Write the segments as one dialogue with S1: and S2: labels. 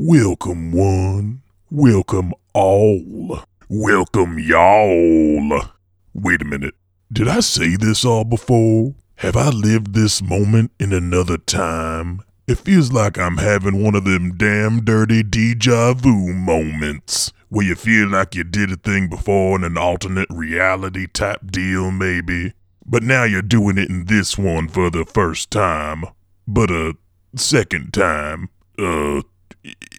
S1: Welcome one, welcome all, welcome y'all. Wait a minute, did I say this all before? Have I lived this moment in another time? It feels like I'm having one of them damn dirty deja vu moments where you feel like you did a thing before in an alternate reality type deal, maybe. But now you're doing it in this one for the first time. But a second time. Uh,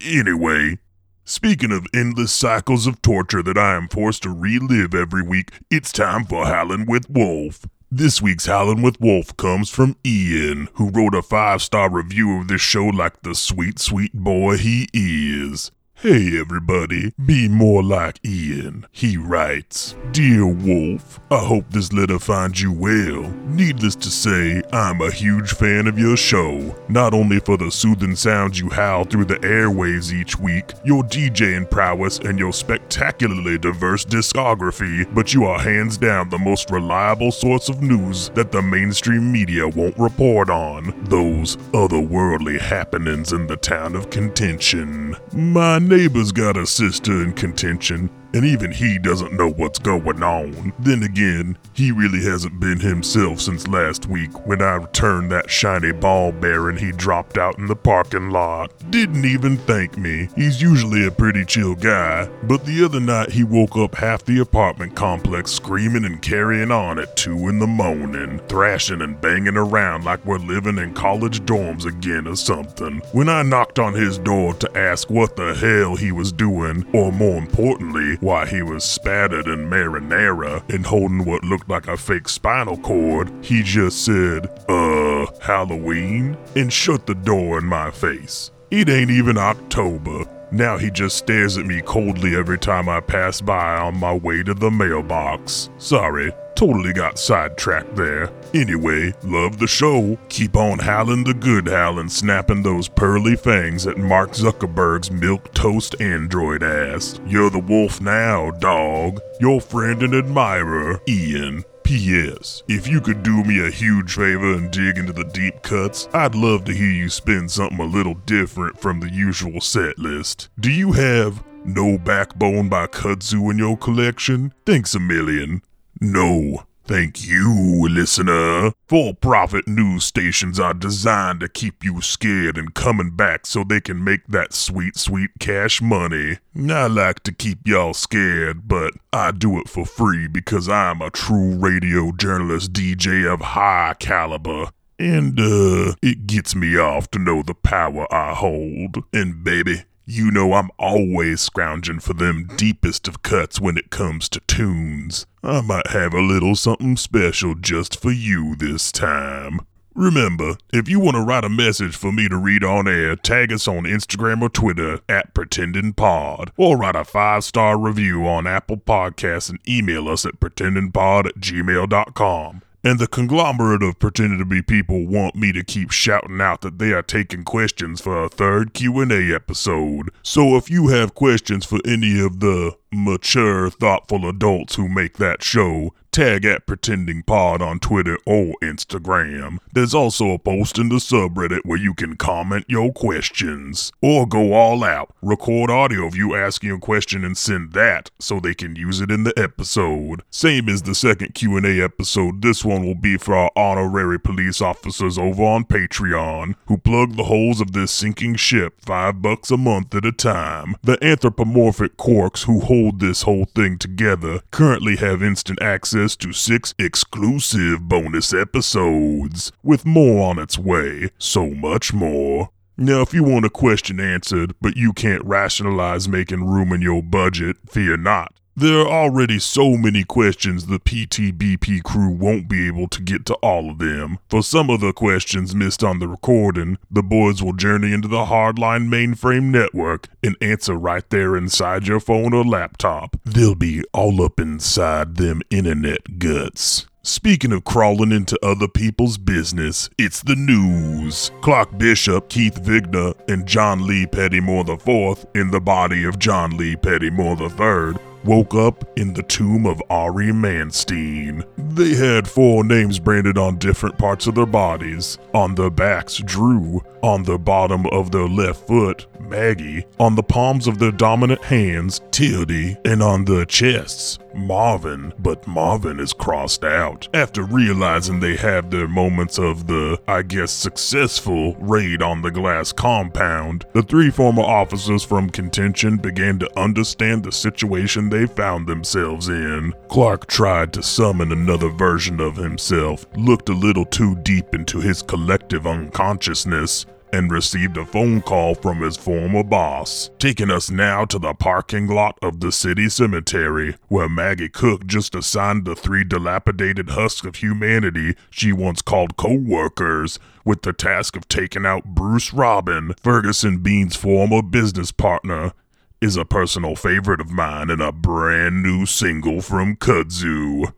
S1: Anyway, speaking of endless cycles of torture that I am forced to relive every week, it's time for Howlin' with Wolf. This week's Howlin' with Wolf comes from Ian, who wrote a five star review of this show like the sweet, sweet boy he is. Hey everybody, be more like Ian. He writes, Dear Wolf, I hope this letter finds you well. Needless to say, I'm a huge fan of your show. Not only for the soothing sounds you howl through the airwaves each week, your DJing prowess, and your spectacularly diverse discography, but you are hands down the most reliable source of news that the mainstream media won't report on. Those otherworldly happenings in the town of contention. My neighbor's got a sister in contention, and even he doesn't know what's going on. Then again, he really hasn't been himself since last week when I returned that shiny ball bearing he dropped out in the parking lot. Didn't even thank me. He's usually a pretty chill guy, but the other night he woke up half the apartment complex screaming and carrying on at 2 in the morning, thrashing and banging around like we're living in college dorms again or something. When I knocked on his door to ask what the hell he was doing, or more importantly, why he was spattered in marinara and holding what looked like a fake spinal cord, he just said, uh, Halloween? And shut the door in my face. It ain't even October. Now he just stares at me coldly every time I pass by on my way to the mailbox. Sorry, totally got sidetracked there. Anyway, love the show. Keep on howling the good howling, snapping those pearly fangs at Mark Zuckerberg's milk toast android ass. You're the wolf now, dog. Your friend and admirer, Ian. P.S. If you could do me a huge favor and dig into the deep cuts, I'd love to hear you spin something a little different from the usual set list. Do you have No Backbone by Kudzu in your collection? Thanks a million. No. Thank you, listener. For profit news stations are designed to keep you scared and coming back so they can make that sweet, sweet cash money. I like to keep y'all scared, but I do it for free because I'm a true radio journalist DJ of high caliber. And, uh, it gets me off to know the power I hold. And, baby, you know I'm always scrounging for them deepest of cuts when it comes to tunes. I might have a little something special just for you this time. Remember, if you want to write a message for me to read on air, tag us on Instagram or Twitter at PretendingPod, or write a five star review on Apple Podcasts and email us at pretendingpod at gmail.com and the conglomerate of pretending to be people want me to keep shouting out that they are taking questions for a third Q&A episode. So if you have questions for any of the mature, thoughtful adults who make that show, tag at Pretending Pod on Twitter or Instagram. There's also a post in the subreddit where you can comment your questions. Or go all out, record audio of you asking a question and send that so they can use it in the episode. Same as the second Q&A episode, this one will be for our honorary police officers over on Patreon who plug the holes of this sinking ship 5 bucks a month at a time. The anthropomorphic corks who hold this whole thing together currently have instant access to six exclusive bonus episodes, with more on its way, so much more. Now, if you want a question answered, but you can't rationalize making room in your budget, fear not. There are already so many questions the PTBP crew won't be able to get to all of them. For some of the questions missed on the recording, the boys will journey into the hardline mainframe network and answer right there inside your phone or laptop. They'll be all up inside them internet guts. Speaking of crawling into other people's business, it's the news. Clock Bishop, Keith Vigna, and John Lee Pettymore IV in the body of John Lee Pettymore III woke up in the tomb of Ari Manstein. They had four names branded on different parts of their bodies. On their backs, Drew. On the bottom of their left foot, Maggie. On the palms of their dominant hands, Tildy. And on their chests, Marvin. But Marvin is crossed out. After realizing they have their moments of the, I guess, successful raid on the glass compound, the three former officers from contention began to understand the situation they found themselves in. Clark tried to summon another version of himself, looked a little too deep into his collective unconsciousness, and received a phone call from his former boss, taking us now to the parking lot of the city cemetery, where Maggie Cook just assigned the three dilapidated husks of humanity she once called co workers, with the task of taking out Bruce Robin, Ferguson Bean's former business partner, is a personal favorite of mine and a brand new single from Kudzu.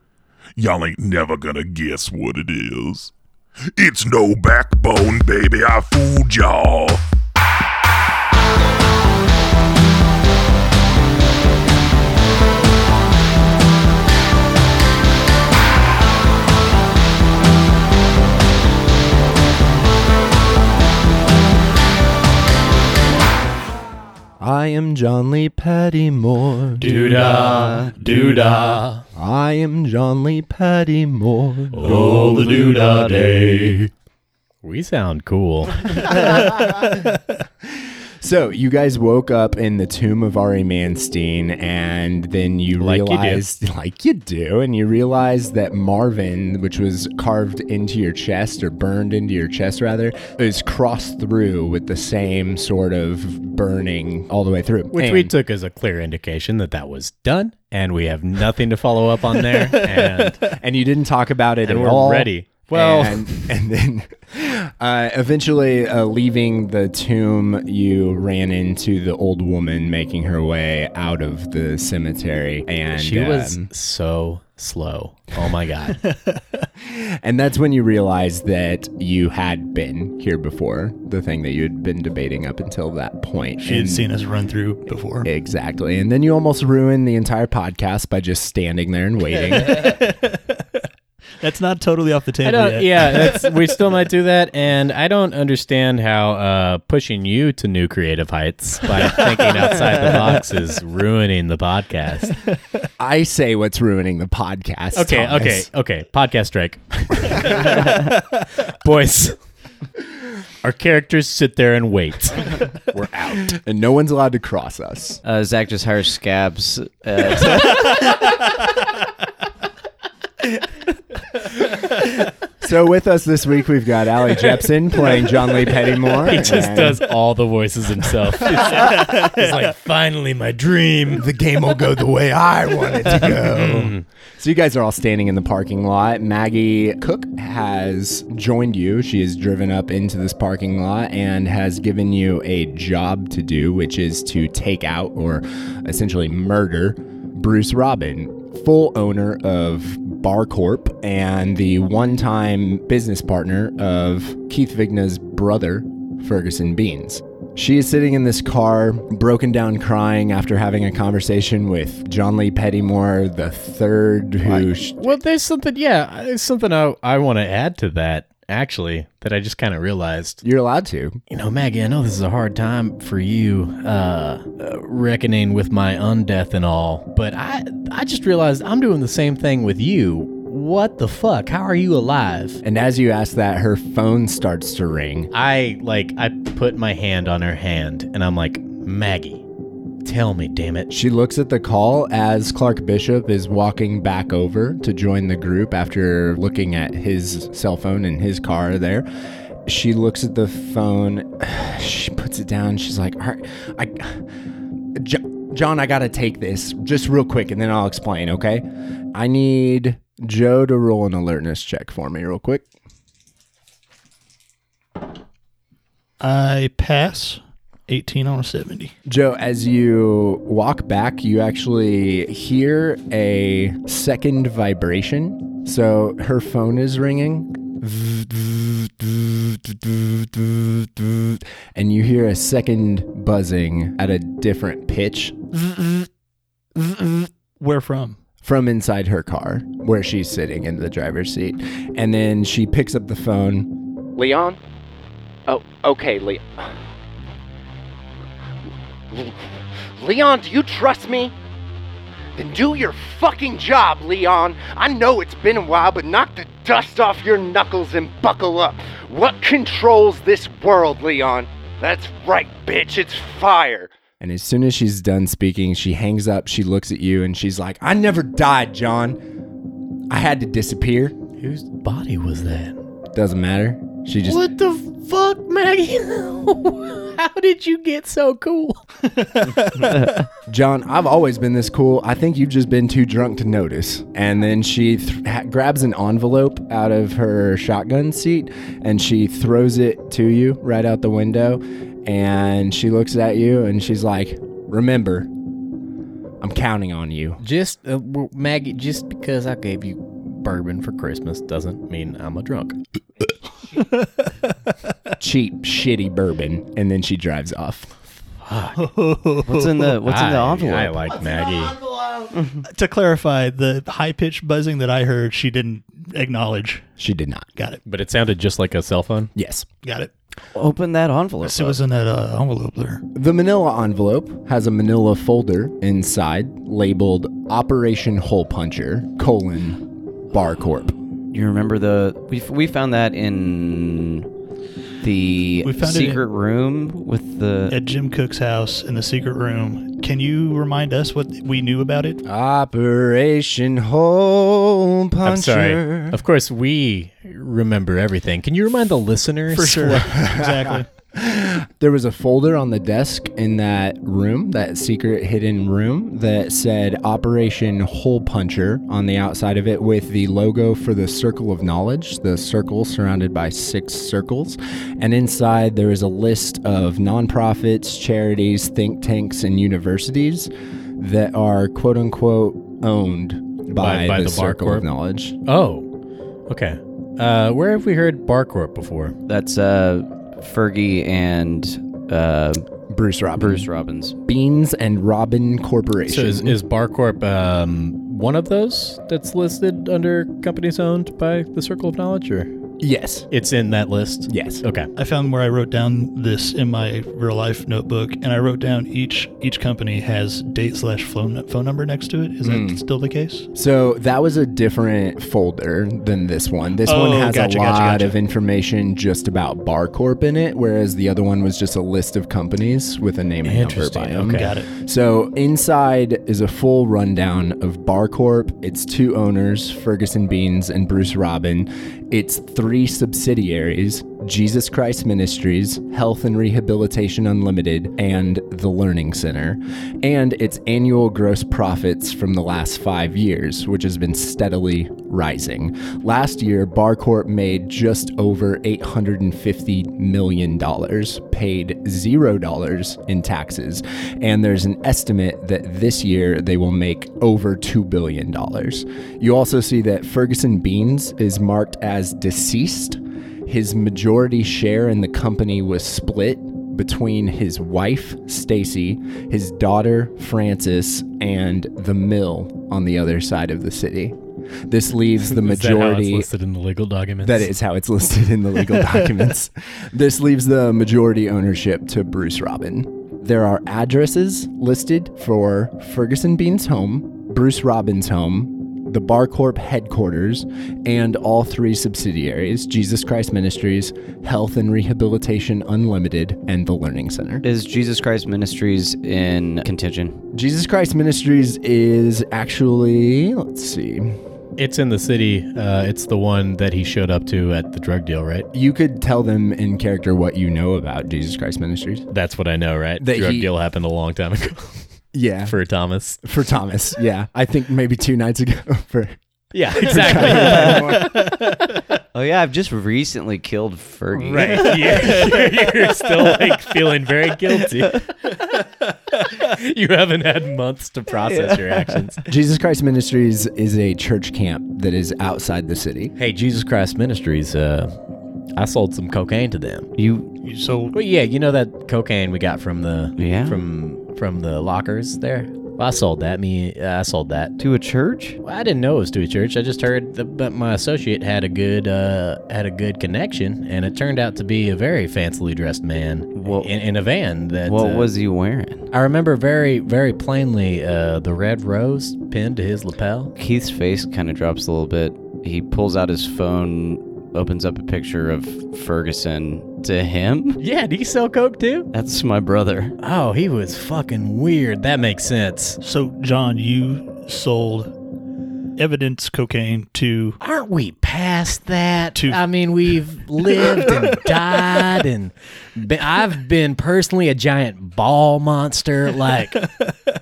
S1: Y'all ain't never gonna guess what it is. It's no backbone, baby. I fooled y'all.
S2: I am John Lee Pettymore.
S3: Doo-dah, doo-dah,
S2: I am John Lee Pettymore.
S3: oh the doo-dah day. We sound cool.
S2: So you guys woke up in the tomb of Ari Manstein, and then you
S3: Like you do.
S2: realized, like you do, and you realized that Marvin, which was carved into your chest or burned into your chest rather, is crossed through with the same sort of burning all the way through.
S3: Which
S2: And-
S3: we took as a clear indication that that was done, and we have nothing to follow up on there, and,
S2: and you didn't talk about it
S3: and
S2: at
S3: we're
S2: all.
S3: ready. Well,
S2: and, and then uh, eventually uh, leaving the tomb, you ran into the old woman making her way out of the cemetery, and
S3: she was
S2: um,
S3: so slow. Oh my god.
S2: and that's when you realized that you had been here before, the thing that you had been debating up until that point.
S4: She had
S2: And-
S4: seen us run through before.
S2: Exactly, and then you almost ruined the entire podcast by just standing there and waiting.
S4: That's not totally off the
S3: I
S4: table
S3: don't,
S4: yet.
S3: yeah, that's, we still might do that, and I don't understand how uh, pushing you to new creative heights by thinking outside the box is ruining the podcast.
S2: I say what's ruining the podcast.
S3: Okay,
S2: Thomas.
S3: okay, okay. Podcast strike. Boys, our characters sit there and wait.
S2: we're out, and no one's allowed to cross us.
S5: Uh, Zach just hires scabs. Uh, to-
S2: So with us this week, we've got Ali Jepson playing John Lee Pettymore.
S3: He just
S2: and
S3: does all the voices himself. He's like, finally, my dream.
S2: The game will go the way I want it to go. so you guys are all standing in the parking lot. Maggie Cook has joined you. She has driven up into this parking lot and has given you a job to do, which is to take out or essentially murder Bruce Robin, full owner of Barcorp and the one-time business partner of Keith Vigna's brother, Ferguson Beans. She is sitting in this car, broken down crying after having a conversation with John Lee Pettymore the third, who sh-
S3: Well, there's something, yeah, there's something I, I want to add to that, actually, that I just kind of realized.
S2: you're allowed to.
S3: You know, Maggie, I know this is a hard time for you, uh, uh, reckoning with my undeath and all, but I, I just realized I'm doing the same thing with you. What the fuck? How are you alive?
S2: And as you ask that, her phone starts to ring.
S3: I like, I put my hand on her hand, and I'm like, Maggie, tell me, damn it.
S2: She looks at the call as Clark Bishop is walking back over to join the group after looking at his cell phone in his car there. She looks at the phone. She puts it down. She's like, All right, I, Jo- John, I got to take this just real quick and then I'll explain, okay? I need Joe to roll an alertness check for me, real quick.
S4: I pass 18 on a 70.
S2: Joe, as you walk back, you actually hear a second vibration. So her phone is ringing. And you hear a second buzzing at a different pitch.
S4: Where from?
S2: from inside her car where she's sitting in the driver's seat. And then she picks up the phone. Leon? Oh, okay, Leon. Leon, do you trust me? Then do your fucking job, Leon. I know it's been a while, but knock the dust off your knuckles and buckle up. What controls this world, Leon? That's right, bitch, it's fire. And as soon as she's done speaking, she hangs up, she looks at you, and she's like, I never died, John. I had to disappear.
S3: Whose body was that?
S2: Doesn't matter. She just
S3: What the fuck, Maggie? How did you get so cool?
S2: John, I've always been this cool. I think you've just been too drunk to notice. And then she th- ha- grabs an envelope out of her shotgun seat and she throws it to you right out the window. And she looks at you and she's like, Remember, I'm counting on you.
S3: Just uh, well, Maggie, just because I gave you bourbon for Christmas doesn't mean I'm a drunk.
S2: Cheap, shitty bourbon. And then she drives off.
S5: What's in the What's in the
S3: I-
S5: envelope?
S3: I like Maggie.
S4: to clarify, the high pitched buzzing that I heard, she didn't acknowledge.
S2: She did not.
S4: Got it.
S3: But it sounded just like a cell phone.
S2: Yes.
S4: Got it.
S5: Open that envelope.
S4: So it was in that uh, envelope there.
S2: The manila envelope has a manila folder inside labeled Operation Hole Puncher, colon, Bar Corp.
S5: up. You remember the we f- we found that in the
S4: We found it
S5: secret
S4: in-
S5: room with the
S4: At Jim Cook's house in the secret room. Can you remind us what we knew about it?
S2: Operation Hole Puncher.
S3: I'm sorry. Of course, we remember everything. Can you remind the listeners?
S4: For sure. exactly.
S2: There was a folder on the desk in that room, that secret hidden room, that said Operation Hole Puncher on the outside of it with the logo for the Circle of Knowledge, the circle surrounded by six circles. And inside there is a list of nonprofits, charities, think tanks, and universities that are quote unquote owned by,
S3: By- by
S2: the,
S3: the Bar
S2: Circle
S3: Corp?
S2: of Knowledge.
S3: Oh, okay. Uh, where have we heard Barcorp before?
S5: that's uh Fergie and uh
S2: Bruce Robbins.
S5: Bruce Robbins.
S2: Beans and Robin Corporation.
S3: So is, is Barcorp um, one of those that's listed under companies owned by the Circle of Knowledge, or
S2: yes.
S3: it's in that list?
S2: Yes.
S3: Okay.
S4: I found where I wrote down this in my real life notebook, and I wrote down each each company has date slash phone phone number next to it. Is that still the case?
S2: So that was a different folder than this one. This
S4: Oh,
S2: one has
S4: gotcha,
S2: a
S4: gotcha,
S2: lot
S4: gotcha.
S2: of information just about BarCorp in it, whereas the other one was just a list of companies with a name and number by
S3: Interesting,
S2: 'em.
S3: okay.
S4: Got it.
S2: So inside is a full rundown of BarCorp, its two owners, Ferguson Beans and Bruce Robin, its three subsidiaries, Jesus Christ Ministries, Health and Rehabilitation Unlimited, and the Learning Center, and its annual gross profits from the last 5 years, which has been steadily rising. Last year, BarCorp made just over $850 million, paid $0 in taxes, and there's an estimate that this year they will make over $2 billion. You also see that Ferguson Beans is marked as deceased. His majority share in the company was split between his wife, Stacy, his daughter, Frances, and the mill on the other side of the city. This leaves the
S3: Is that how it's
S2: majority
S3: listed in the legal documents?
S2: that is how it's listed in the legal documents. This leaves the majority ownership to Bruce Robin. There are addresses listed for Ferguson Bean's home, Bruce Robin's home, the BarCorp headquarters, and all three subsidiaries Jesus Christ Ministries, Health and Rehabilitation Unlimited, and the Learning Center.
S5: Is Jesus Christ Ministries in contingent?
S2: Jesus Christ Ministries is actually, let's see,
S3: It's in the city. Uh, it's the one that he showed up to at the drug deal, right?
S2: you could tell them in character what you know about Jesus Christ Ministries.
S3: That's what I know, right?
S2: That
S3: drug
S2: he-
S3: deal happened a long time ago
S2: Yeah.
S3: for Thomas.
S2: for Thomas. Yeah, I think maybe two nights ago. For
S3: Yeah, exactly.
S5: Oh yeah, I've just recently killed Fergie.
S3: right. You're, you're still like feeling very guilty. you haven't had months to process your actions.
S2: Jesus Christ Ministries is a church camp that is outside the city.
S3: Hey, Jesus Christ Ministries, uh, I sold some cocaine to them.
S5: You
S4: You sold
S3: Well, yeah, you know that cocaine we got from the
S5: Yeah.
S3: from from the lockers there. Well, I sold that. Me, I sold that.
S5: to a church?
S3: Well, I didn't know it was to a church. I just heard that but my associate had a good uh, had a good connection, and it turned out to be a very fancily dressed man
S5: What-
S3: in, in a van. That
S5: What
S3: uh,
S5: was he wearing?
S3: I remember very very plainly uh, the red rose pinned to his lapel.
S5: Keith's face kind of drops a little bit. He pulls out his phone, opens up a picture of Ferguson to him.
S3: Yeah, do you sell coke too?
S5: That's my brother.
S3: Oh, he was fucking weird. That makes sense.
S4: So, John, you sold evidence cocaine to.
S3: Aren't we past that?
S4: To-
S3: I mean, we've lived and died, and been, I've been personally a giant ball monster. Like,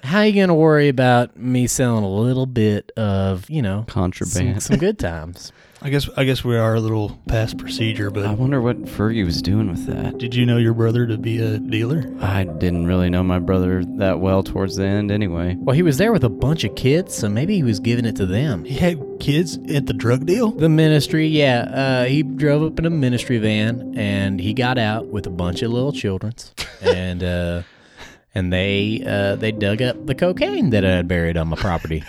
S3: how you gonna worry about me selling a little bit of you know some,
S5: Contraband.
S3: some good times?
S4: I guess I guess we are a little past procedure, but
S5: I wonder what Fergie was doing with that.
S4: did you know your brother to be a dealer?
S5: I didn't really know my brother that well towards the end anyway.
S3: Well, he was there with a bunch of kids, so maybe he was giving it to them.
S4: He had kids at the drug deal.
S3: The ministry, yeah. Uh, he drove up in a ministry van, and he got out with a bunch of little childrens, and uh, and they uh, they dug up the cocaine that I had buried on my property.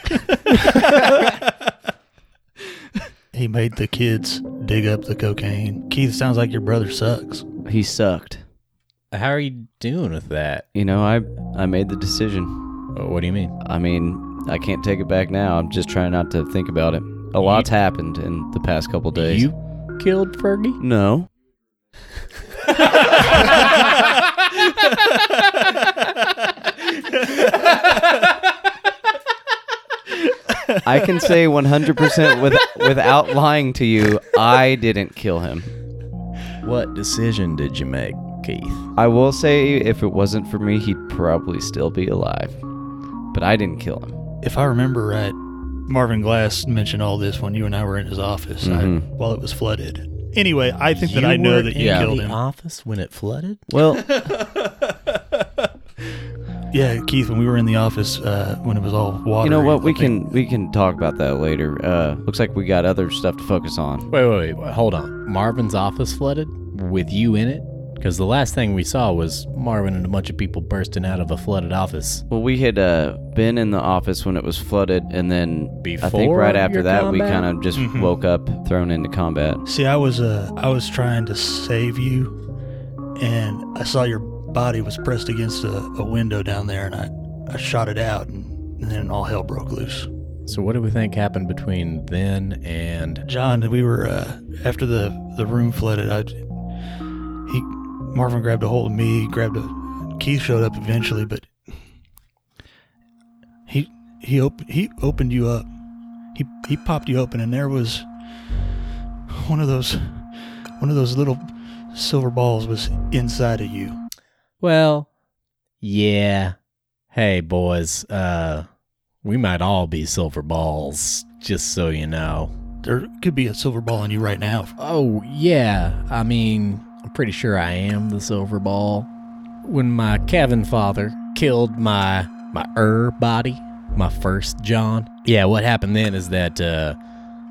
S4: He made the kids dig up the cocaine. Keith, sounds like your brother sucks.
S5: He sucked.
S3: How are you doing with that? Uh,
S5: You know, I I made the decision.
S3: What do you mean?
S5: I mean, I can't take it back now. I'm just trying not to think about it. A lot's happened in the past couple days.
S3: You killed Fergie?
S5: No. I can say 100% with, without lying to you, I didn't kill him.
S3: What decision did you make, Keith?
S5: I will say if it wasn't for me, he'd probably still be alive. But I didn't kill him.
S4: If I remember right, Marvin Glass mentioned all this when you and I were in his office I-
S5: Mhm.
S4: while it was flooded. Anyway, I think that I know
S3: were
S4: that you
S3: in
S4: killed
S3: the
S4: him.
S3: office when it flooded.
S5: Well,
S4: Yeah, Keith, when we were in the office uh, when it was all water.
S5: you know what? We
S4: I think-
S5: can we can talk about that later. Uh, looks like we got other stuff to focus on.
S3: Wait, wait, wait. Hold on. Marvin's office flooded with you in it? Because the last thing we saw was Marvin and a bunch of people bursting out of a flooded office.
S5: Well, we had uh, been in the office when it was flooded, and then I think
S3: Before
S5: right after
S3: your
S5: that we
S3: combat?
S5: kind of just
S4: Mhm.
S5: woke up, thrown into combat.
S4: See, I was uh, I was trying to save you, and I saw your body was pressed against a, a window down there, and I, I shot it out, and, and then all hell broke loose.
S3: So, what do we think happened between then and.
S4: John, we were uh, after the the room flooded. I he Marvin grabbed a hold of me, grabbed a Keith showed up eventually, but he he op- he opened you up. He he popped you open, and there was one of those one of those little silver balls was inside of you.
S3: Well, yeah. Hey, boys, uh, we might all be silver balls, just so you know.
S4: There could be a silver ball in you right now.
S3: Oh, yeah. I mean, I'm pretty sure I am the silver ball. When my Kevin father killed my my er body, my first John. Yeah, what happened then is that uh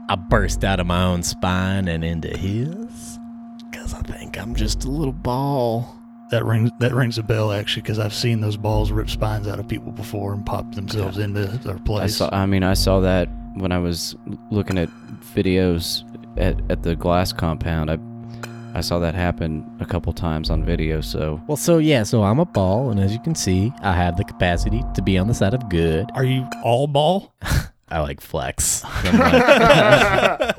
S3: I burst out of my own spine and into his cuz I think I'm just a little ball.
S4: That rings that rings a bell actually, because I've seen those balls rip spines out of people before and pop themselves into their place.
S5: I saw. I mean, I saw that when I was looking at videos at, at the glass compound. I I saw that happen a couple times on video. So
S3: Well, so yeah, so I'm a ball and as you can see, I have the capacity to be on the side of good.
S4: Are you all ball?
S3: I like flex. I'm like-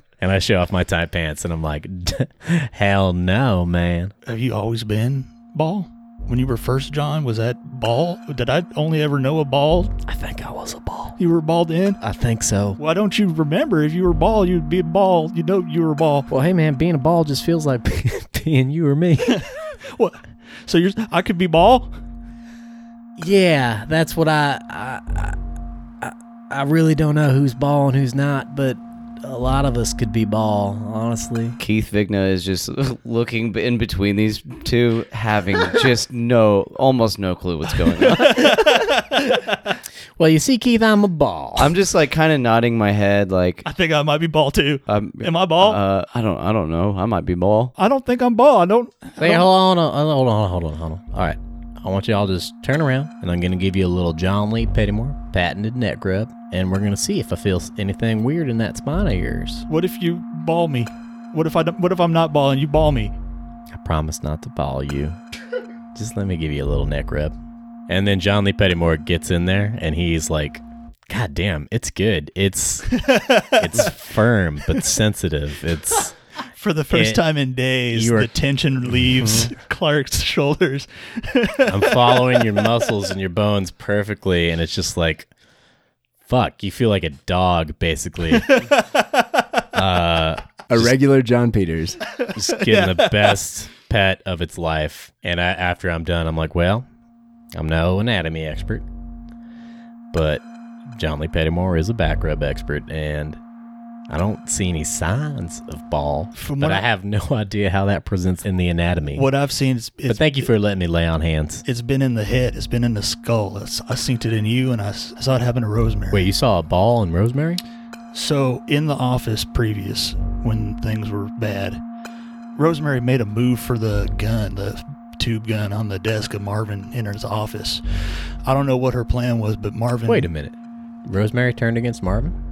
S3: and I show off my tight pants and I'm like, hell no, man.
S4: Have you always been ball? When you were first John, was that ball? Did I only ever know a ball?
S3: I think I was a ball.
S4: You were balled in?
S3: I think so.
S4: Why don't you remember if you were ball, you'd be a ball. You know you were a ball.
S3: Well, hey, man, being a ball just feels like being you or me.
S4: What? So you're I could be ball?
S3: yeah, that's what I I, I. I really don't know who's ball and who's not, but a lot of us could be ball, honestly.
S5: Keith Vigna is just looking in between these two, having just no, almost no clue what's going on.
S3: Well, you see, Keith, I'm a ball.
S5: I'm just like kind of nodding my head, like
S4: I think I might be ball too.
S5: um,
S4: Am I ball?
S5: Uh, I don't, I don't know. I might be ball.
S4: I don't think I'm ball. I don't
S3: Wait, hold on, hold on, hold on, hold on, hold on. All right, I want y'all to just turn around and I'm going to give you a little John Lee Pettimore patented neck rub. And we're going to see if I feel s- anything weird in that spine of yours.
S4: What if you ball me? What if I don't- what if I'm not balling? You ball me.
S3: I promise not to ball you. Just let me give you a little neck rub. And then John Lee Pettimore gets in there and he's like, God damn, it's good. It's it's firm but sensitive. It's
S4: For the first
S3: It-
S4: time in days,
S3: you are-
S4: the tension leaves Clark's shoulders.
S3: I'm following your muscles and your bones perfectly, and it's just like, fuck, you feel like a dog basically. uh,
S2: A regular John Peters.
S3: just getting the best pet of its life. And I, after I'm done, I'm like, well, I'm no anatomy expert, but John Lee Pettimore is a back rub expert, and I don't see any signs of ball,
S4: From
S3: but
S4: what
S3: I
S4: I-
S3: have no idea how that presents in the anatomy.
S4: What I've seen is
S3: but
S4: it's,
S3: thank you for letting me lay on hands.
S4: it's been in the head. It's been in the skull. It's, I synced it in you, and I, s- I saw it happen to Rosemary.
S3: Wait, you saw a ball in Rosemary?
S4: So in the office previous, when things were bad, Rosemary made a move for the gun, the tube gun on the desk of Marvin in his office. I don't know what her plan was, but Marvin
S3: Wait a minute. Rosemary turned against Marvin?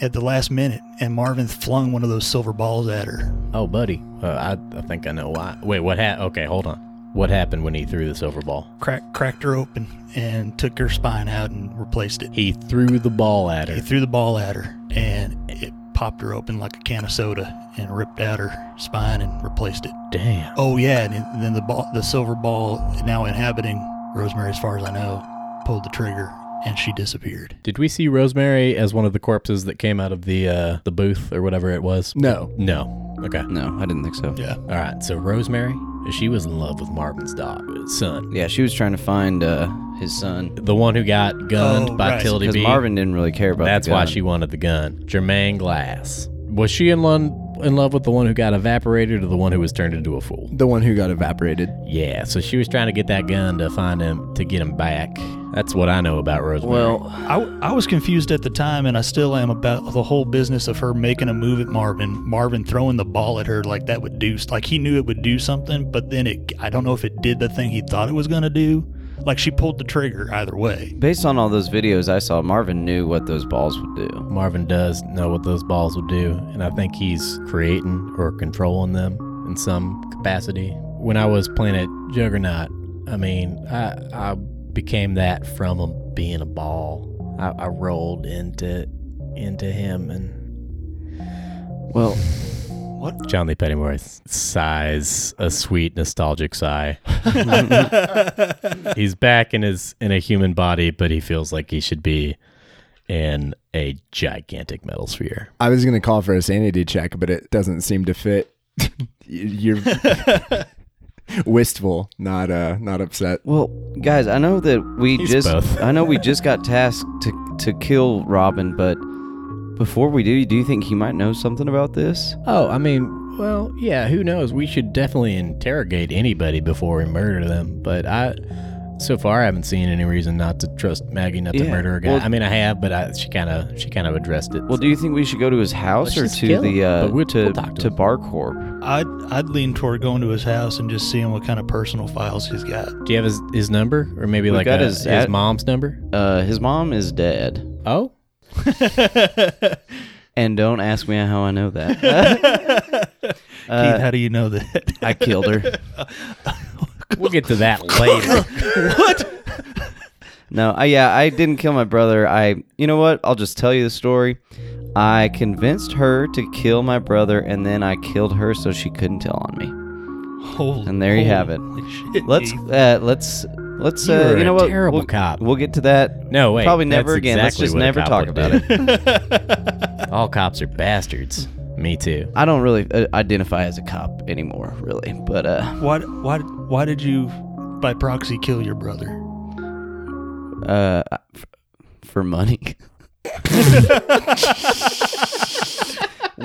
S4: at the last minute, and Marvin flung one of those silver balls at her.
S3: Oh, buddy. Uh, I, I think I know why. Wait, what happened? Okay, hold on. What happened when he threw the silver ball?
S4: Crack, cracked her open and took her spine out and replaced it.
S3: He threw the ball at
S4: He
S3: her.
S4: threw the ball at her and it popped her open like a can of soda and ripped out her spine and replaced it.
S3: Damn.
S4: Oh yeah, and it- then the ball, the silver ball, now inhabiting Rosemary, as far as I know, pulled the trigger and she disappeared.
S3: Did we see Rosemary as one of the corpses that came out of the uh, the booth or whatever it was?
S2: No.
S3: No. Okay. All
S5: No, I didn't think so.
S4: Yeah,
S3: right. So Rosemary, she was in love with Marvin's dog son,
S5: Yeah, she was trying to find uh, his son
S3: the one who got gunned
S4: Oh,
S3: by
S4: right.
S3: Tildy
S5: because
S3: B.
S5: Marvin didn't really care about. the
S3: That's why
S5: gun.
S3: she wanted the gun. Jermaine Glass. Was she in, lon- in love with the one who got evaporated or the one who was turned into a fool?
S2: The one who got evaporated.
S3: Yeah, so she was trying to get that gun to find him to get him back. That's what I know about Rosemary.
S5: Well,
S4: I, I was confused at the time, and I still am about the whole business of her making a move at Marvin, Marvin throwing the ball at her like that would do, like he knew it would do something, but then it, I don't know if it did the thing he thought it was gonna do. Like she pulled the trigger either way.
S5: based on all those videos I saw, Marvin knew what those balls would do.
S3: Marvin does know what those balls will do, and I think he's creating or controlling them in some capacity. When I was playing at Juggernaut, I mean, I, I became that from him being a ball. I, I rolled into into him and
S5: Well,
S3: John Lee Pettimore sighs a sweet nostalgic sigh. He's back in his in a human body, but he feels like he should be in a gigantic metal sphere.
S2: I was going to call for a sanity check, but it doesn't seem to fit. You're wistful, not uh, not upset.
S5: well, guys, I know that we
S3: He's
S5: just
S3: both.
S5: I know we just got tasked to to kill Robin, but before we do, do you think he might know something about this?
S3: Oh, I mean, well, yeah, who knows? We should definitely interrogate anybody before we murder them, but I so far I haven't seen any reason not to trust Maggie not to
S5: Yeah,
S3: murder a guy.
S5: well-
S3: I mean, I have, but I, she kind of she kind of addressed it.
S5: Well, do you think we should go to his house
S3: Let's
S5: or
S3: just
S5: to
S3: kill him,
S5: the uh,
S3: but we'll-
S5: to
S3: we'll talk to
S5: to
S3: him.
S5: BarCorp?
S4: I'd I'd lean toward going to his house and just seeing what kind of personal files he's got.
S3: do you have his, his number or maybe
S5: We've
S3: like
S5: got
S3: a-
S5: his
S3: his
S5: ad-
S3: mom's number?
S5: Uh, his mom is dead.
S3: Oh,
S5: And don't ask me how I know that. Uh,
S4: Keith, how do you know that?
S5: I killed her.
S3: we'll get to that later.
S5: No, I, yeah, I didn't kill my brother. I, you know what? I'll just tell you the story. I convinced her to kill my brother, and then I killed her so she couldn't tell on me.
S4: Holy,
S5: And there you have it.
S4: holy shit,
S5: Let's,
S4: Keith.
S5: uh, let's, let's, uh,
S3: You're
S5: you know
S3: a
S5: what?
S3: terrible
S5: we'll,
S3: cop.
S5: We'll get to that.
S3: No, wait.
S5: Probably
S3: that's
S5: never again. Let's
S3: exactly
S5: just
S3: what a
S5: never
S3: cop
S5: talk
S3: would
S5: about
S3: do. All cops are bastards. Me too.
S5: I don't really uh, identify as a cop anymore, really. But uh,
S4: Why why why did you by proxy kill your brother?
S5: uh, f- for money.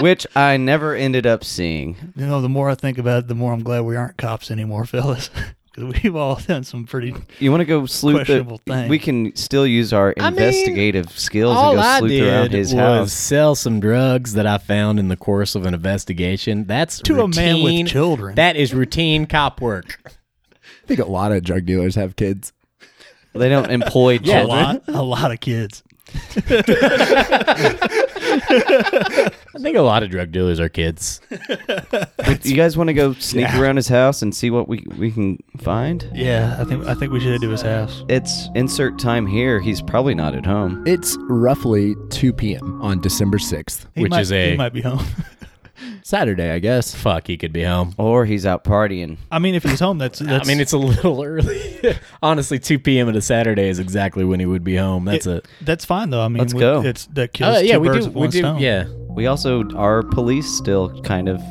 S5: Which I never ended up seeing.
S4: You know, the more I think about it, the more I'm glad we aren't cops anymore, fellas. Because we've all done some pretty.
S5: You want to go sleuth?
S4: Questionable
S5: The,
S4: thing.
S5: We can still use our
S3: mean,
S5: investigative skills and
S3: All
S5: go
S3: I
S5: sleuth around
S3: did
S5: his
S3: was
S5: house.
S3: sell some drugs that I found in the course of an investigation. That's
S4: To a man with
S3: routine-
S4: children.
S3: That is routine cop work.
S2: I think a lot of drug dealers have kids.
S5: They don't employ
S4: A
S5: children.
S4: lot, a lot of kids.
S3: I think a lot of drug dealers are kids.
S5: You guys want to go sneak around his house and see what we we can find?
S4: Yeah, I think I think we should head to his house.
S5: It's insert time here. He's probably not at home.
S2: It's roughly 2 p.m. on December 6th,
S4: He
S3: Which
S4: might-
S3: is a-
S4: he might be home.
S2: Saturday, I guess.
S3: Fuck, he could be home.
S5: Or he's out partying.
S4: I mean, if he's home, that's, that's
S3: I mean, it's a little early. Honestly, 2 p.m. on a Saturday is exactly when he would be home. That's it.
S4: that's fine though. I mean,
S5: Let's
S4: we-
S5: go.
S4: It's that
S3: Oh
S4: kills two birds with one stone.
S3: Yeah,
S5: We also are police still, kind of.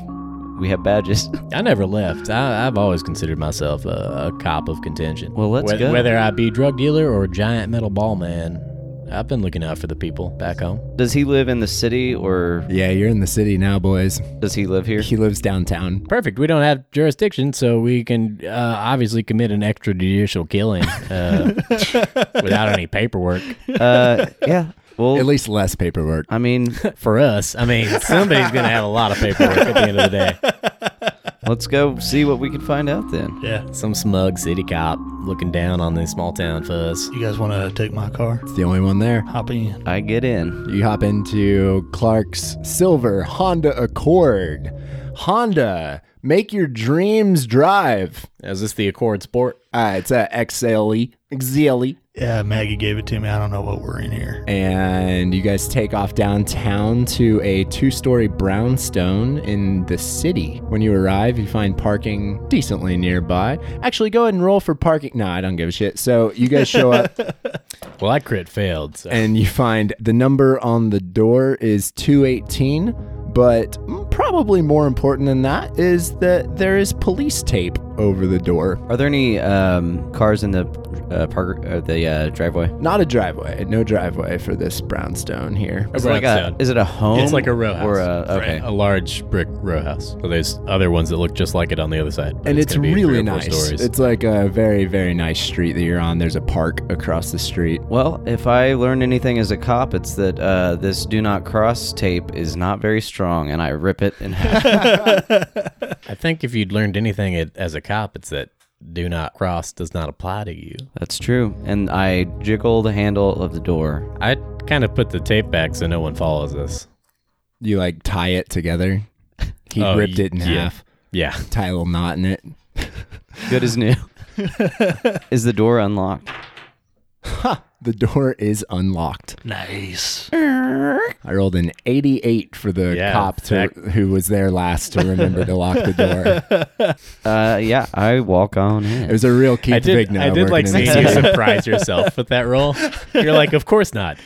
S5: We have badges.
S3: I never left. I, I've always considered myself a, a cop of contention.
S5: Well, let's
S3: Whe-
S5: go.
S3: Whether I be drug dealer or giant metal ball man, I've been looking out for the people back home.
S5: Does he live in the city or
S2: Yeah, you're in the city now, boys.
S5: does he live here?
S2: He lives downtown.
S3: Perfect. We don't have jurisdiction, so we can uh, obviously commit an extrajudicial killing uh, without any paperwork.
S5: Uh, yeah.
S2: At
S5: Well,
S2: least less paperwork.
S5: I mean,
S3: For us, I mean, somebody's going to have a lot of paperwork at the end of the day.
S5: let's go see what we can find out then.
S4: yeah.
S3: Some smug city cop looking down on this small town fuzz.
S4: You guys want to take my car?
S2: It's the only one there.
S4: Hop in.
S5: I get in.
S2: You hop into Clark's silver Honda Accord. Honda, make your dreams drive.
S3: Is this the Accord Sport?
S2: Uh, it's a E, XLE, XLE.
S4: Yeah, Maggie gave it to me. I don't know what we're in here.
S2: And you guys take off downtown to a two story brownstone in the city. When you arrive, you find parking decently nearby. Actually, go ahead and roll for parking. No, I don't give a shit. So you guys show up
S3: Well, I crit failed. So.
S2: and you find the number on the door is 218. But probably more important than that is that there is police tape over the door.
S5: Are there any um, cars in the uh, park or the uh, driveway?
S2: Not a driveway, no driveway for this brownstone here.
S5: Is it, like a,
S3: brownstone.
S5: is it a home?
S3: It's like a row house.
S5: Or a, okay.
S3: A large brick row house. So there's other ones that look just like it on the other side. but
S2: and it's,
S3: gonna be three
S2: really
S3: or four
S2: nice.
S3: Stories.
S2: It's like a very, very nice street that you're on. There's a park across the street.
S5: Well, if I learned anything as a cop, it's that uh, this do not cross tape is not very strong, and I rip it in half.
S3: I think if you'd learned anything it, as a cop, it's that do not cross does not apply to you.
S5: That's true. And I jiggle the handle of the door.
S3: I kind of put the tape back so no one follows us.
S2: You like tie it together. He
S3: Oh,
S2: ripped it in
S3: yeah.
S2: half,
S3: Yeah.
S2: tie a little knot in it.
S5: Good as new. is the door unlocked?
S2: The door is unlocked.
S4: Nice.
S2: I rolled an 88 for the
S3: Yeah,
S2: cop to,
S3: that-
S2: who was there last to remember to lock the door.
S5: Uh, yeah, I walk on in.
S2: It was a real Keith
S3: I did,
S2: Vigna
S3: I did
S2: working
S3: like
S2: in the
S3: seeing you
S2: city.
S3: surprise yourself with that roll. You're like, of course not.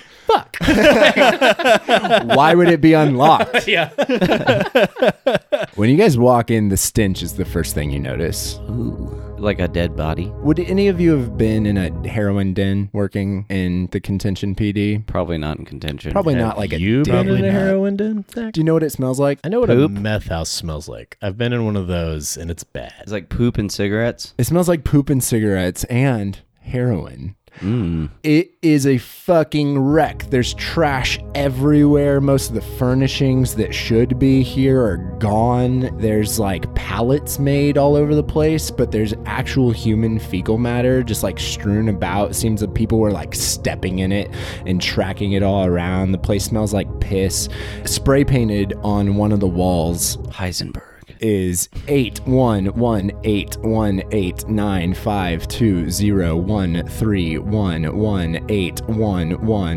S2: Why would it be unlocked?
S3: Yeah.
S2: when you guys walk in, the stench is the first thing you notice.
S5: Ooh, like a dead body?
S2: Would any of you have been in a heroin den working in the contention PD?
S5: Probably not in contention.
S2: Probably not like a
S3: you
S2: den.
S3: been in
S4: Probably
S3: a
S4: not.
S3: heroin den? Zach?
S2: Do you know what it smells like?
S3: I know what
S5: Poop?
S3: a meth house smells like. I've been in one of those and it's bad.
S5: It's like poop and cigarettes.
S2: It smells like poop and cigarettes and heroin.
S5: Mm.
S2: It is a fucking wreck. There's trash everywhere. Most of the furnishings that should be here are gone. There's like pallets made all over the place, but there's actual human fecal matter just like strewn about. It seems that people were like stepping in it and tracking it all around. The place smells like piss. Spray painted on one of the walls
S5: Heisenberg.
S2: is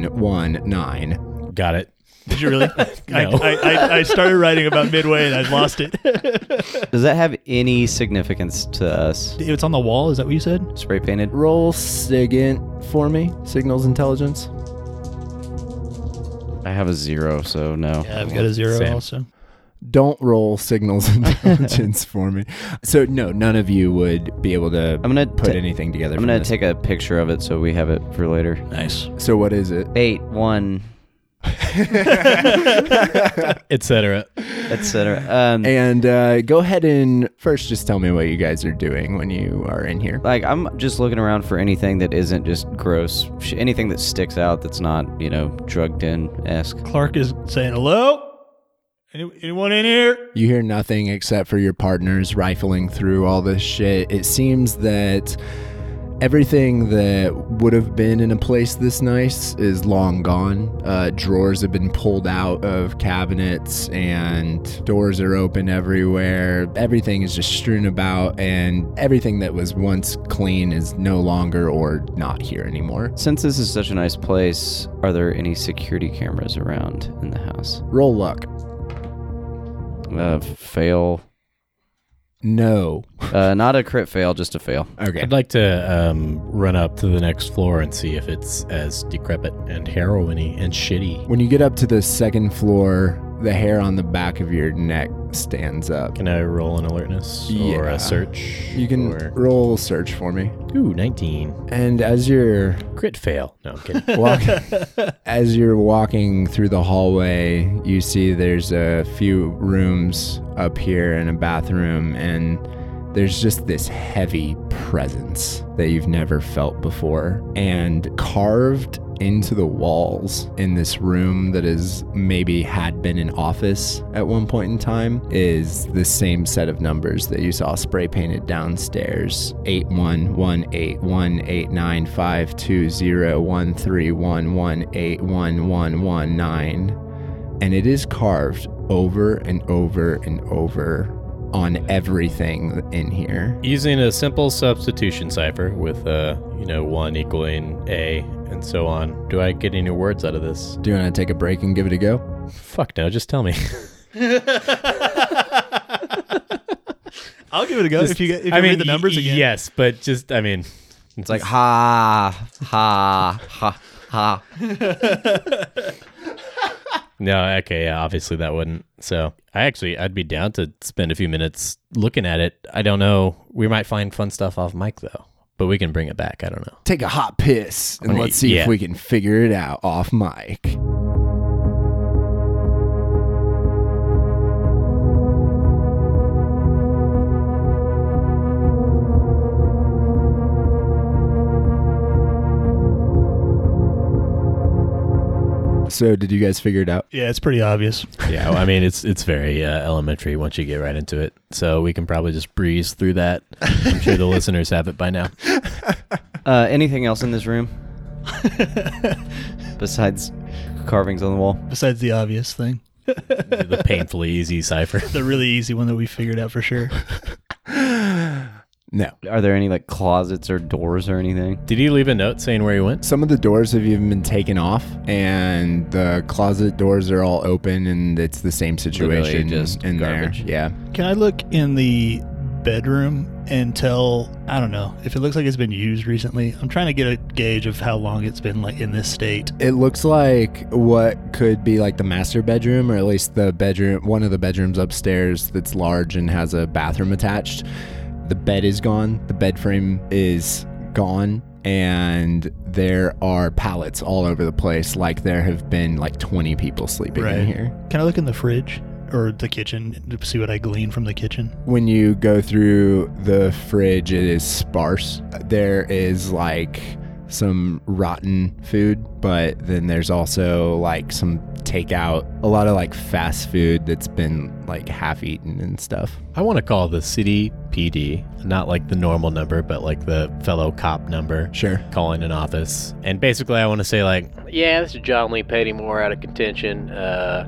S2: 8118189520131181119.
S3: Got it.
S4: Did you really? I,
S3: No.
S4: I, I, I started writing about midway and I lost it.
S5: Does that have any significance to us?
S4: It's on the wall. Is that what you said?
S5: Spray painted?
S2: Roll SIGINT for me, signals intelligence.
S5: I have a zero, so no.
S4: Yeah, I've got a zero
S3: Same.
S4: also.
S2: Don't roll signals intelligence for me. So no, none of you would be able to
S5: I'm gonna
S2: put
S5: ta-
S2: anything together.
S5: I'm
S2: from
S5: gonna
S2: this.
S5: take a picture of it so we have it for later.
S4: Nice.
S2: So what is it?
S5: Eight, one,
S3: Etc.
S5: etc. Um,
S2: And uh, go ahead and first just tell me what you guys are doing when you are in here.
S5: like I'm just looking around for anything that isn't just gross, sh- anything that sticks out that's not you know drug den esque.
S4: Clark is saying hello. Any, anyone in here?
S2: You hear nothing except for your partners rifling through all this shit. It seems that everything that would have been in a place this nice is long gone. Uh, drawers have been pulled out of cabinets and doors are open everywhere. Everything is just strewn about, and everything that was once clean is no longer or not here anymore.
S5: Since this is such a nice place, are there any security cameras around in the house?
S2: Roll luck.
S5: Uh, fail.
S2: No.
S5: Uh, not a crit fail, just a fail.
S2: Okay.
S3: I'd like to um, run up to the next floor and see if it's as decrepit and heroiny and shitty.
S2: When you get up to the second floor, the hair on the back of your neck stands up.
S3: Can I roll an alertness or
S2: Yeah.
S3: a search?
S2: You can
S3: Or...
S2: roll search for me.
S3: Ooh, 19.
S2: And as you're
S3: Crit fail. No, I'm kidding.
S2: walk, as you're walking through the hallway, you see there's a few rooms up here and a bathroom and there's just this heavy presence that you've never felt before and carved into the walls in this room that is maybe had been an office at one point in time is the same set of numbers that you saw spray painted downstairs 8118189520131181119 and it is carved over and over and over on everything in here
S3: Using a simple substitution cipher with, uh, you know, one equaling A and so on. Do I get any words out of this?
S2: do you want to take a break and give it a go
S3: Fuck no, just tell me.
S4: I'll give it a go if you get if you read the numbers
S3: y-
S4: again.
S3: Yes, but just, I mean,
S5: It's like ha ha ha ha.
S3: No, okay, yeah, obviously that wouldn't. So I actually I'd be down to spend a few minutes looking at it. I don't know. We might find fun stuff off mic though. But we can bring it back. I don't know.
S2: take a hot piss and
S3: gonna
S2: let's
S3: eat-
S2: see if
S3: yeah.
S2: we can figure it out off mic so did you guys figure it out
S4: Yeah, it's pretty obvious.
S3: Yeah, well, I mean it's it's very uh, elementary once you get right into it. So we can probably just breeze through that. I'm sure the listeners have it by now.
S5: Uh, anything else in this room besides carvings on the wall?
S4: Besides the obvious thing,
S3: The painfully easy cipher.
S4: the really easy one that we figured out for sure.
S2: no
S5: Are there any like closets or doors or anything?
S3: Did he leave a note saying where he went?
S2: Some of the doors have even been taken off, and the closet doors are all open, and it's the same
S5: Literally
S2: situation
S5: just
S2: in
S5: garbage.
S2: there. Yeah.
S4: Can I look in the bedroom and tell? I don't know if it looks like it's been used recently. I'm trying to get a gauge of how long it's been like in this state.
S2: It looks like what could be like the master bedroom, or at least the bedroom, one of the bedrooms upstairs that's large and has a bathroom attached. The bed is gone, the bed frame is gone, and there are pallets all over the place. Like there have been like 20 people sleeping
S4: Right.
S2: in here.
S4: Can I look in the fridge or the kitchen to see what I glean from the kitchen?
S2: when you go through the fridge, it is sparse. There is like some rotten food, but then there's also like some takeout, a lot of like fast food that's been like half eaten and stuff.
S3: I want to call the city PD, not like the normal number, but like the fellow cop number.
S2: Sure.
S3: calling an office. And basically, I want to say, like, yeah, this is John Lee Pettymore out of contention. Uh,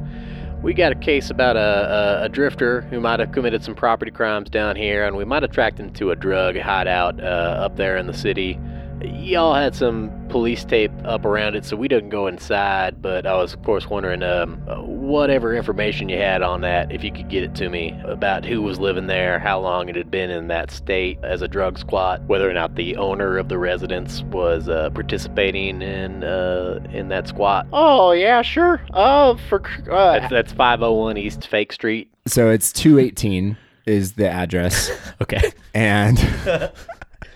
S3: we got a case about a, a, a drifter who might have committed some property crimes down here, and we might have tracked him to a drug hideout uh, up there in the city. Y'all had some police tape up around it, so we didn't go inside. But I was, of course, wondering um, whatever information you had on that, if you could get it to me about who was living there, how long it had been in that state as a drug squad, whether or not the owner of the residence was uh, participating in uh, in that squad. Oh yeah, sure. Oh, for uh, that's, that's 501 East Fake Street.
S2: So it's 218 is the address.
S3: Okay.
S2: and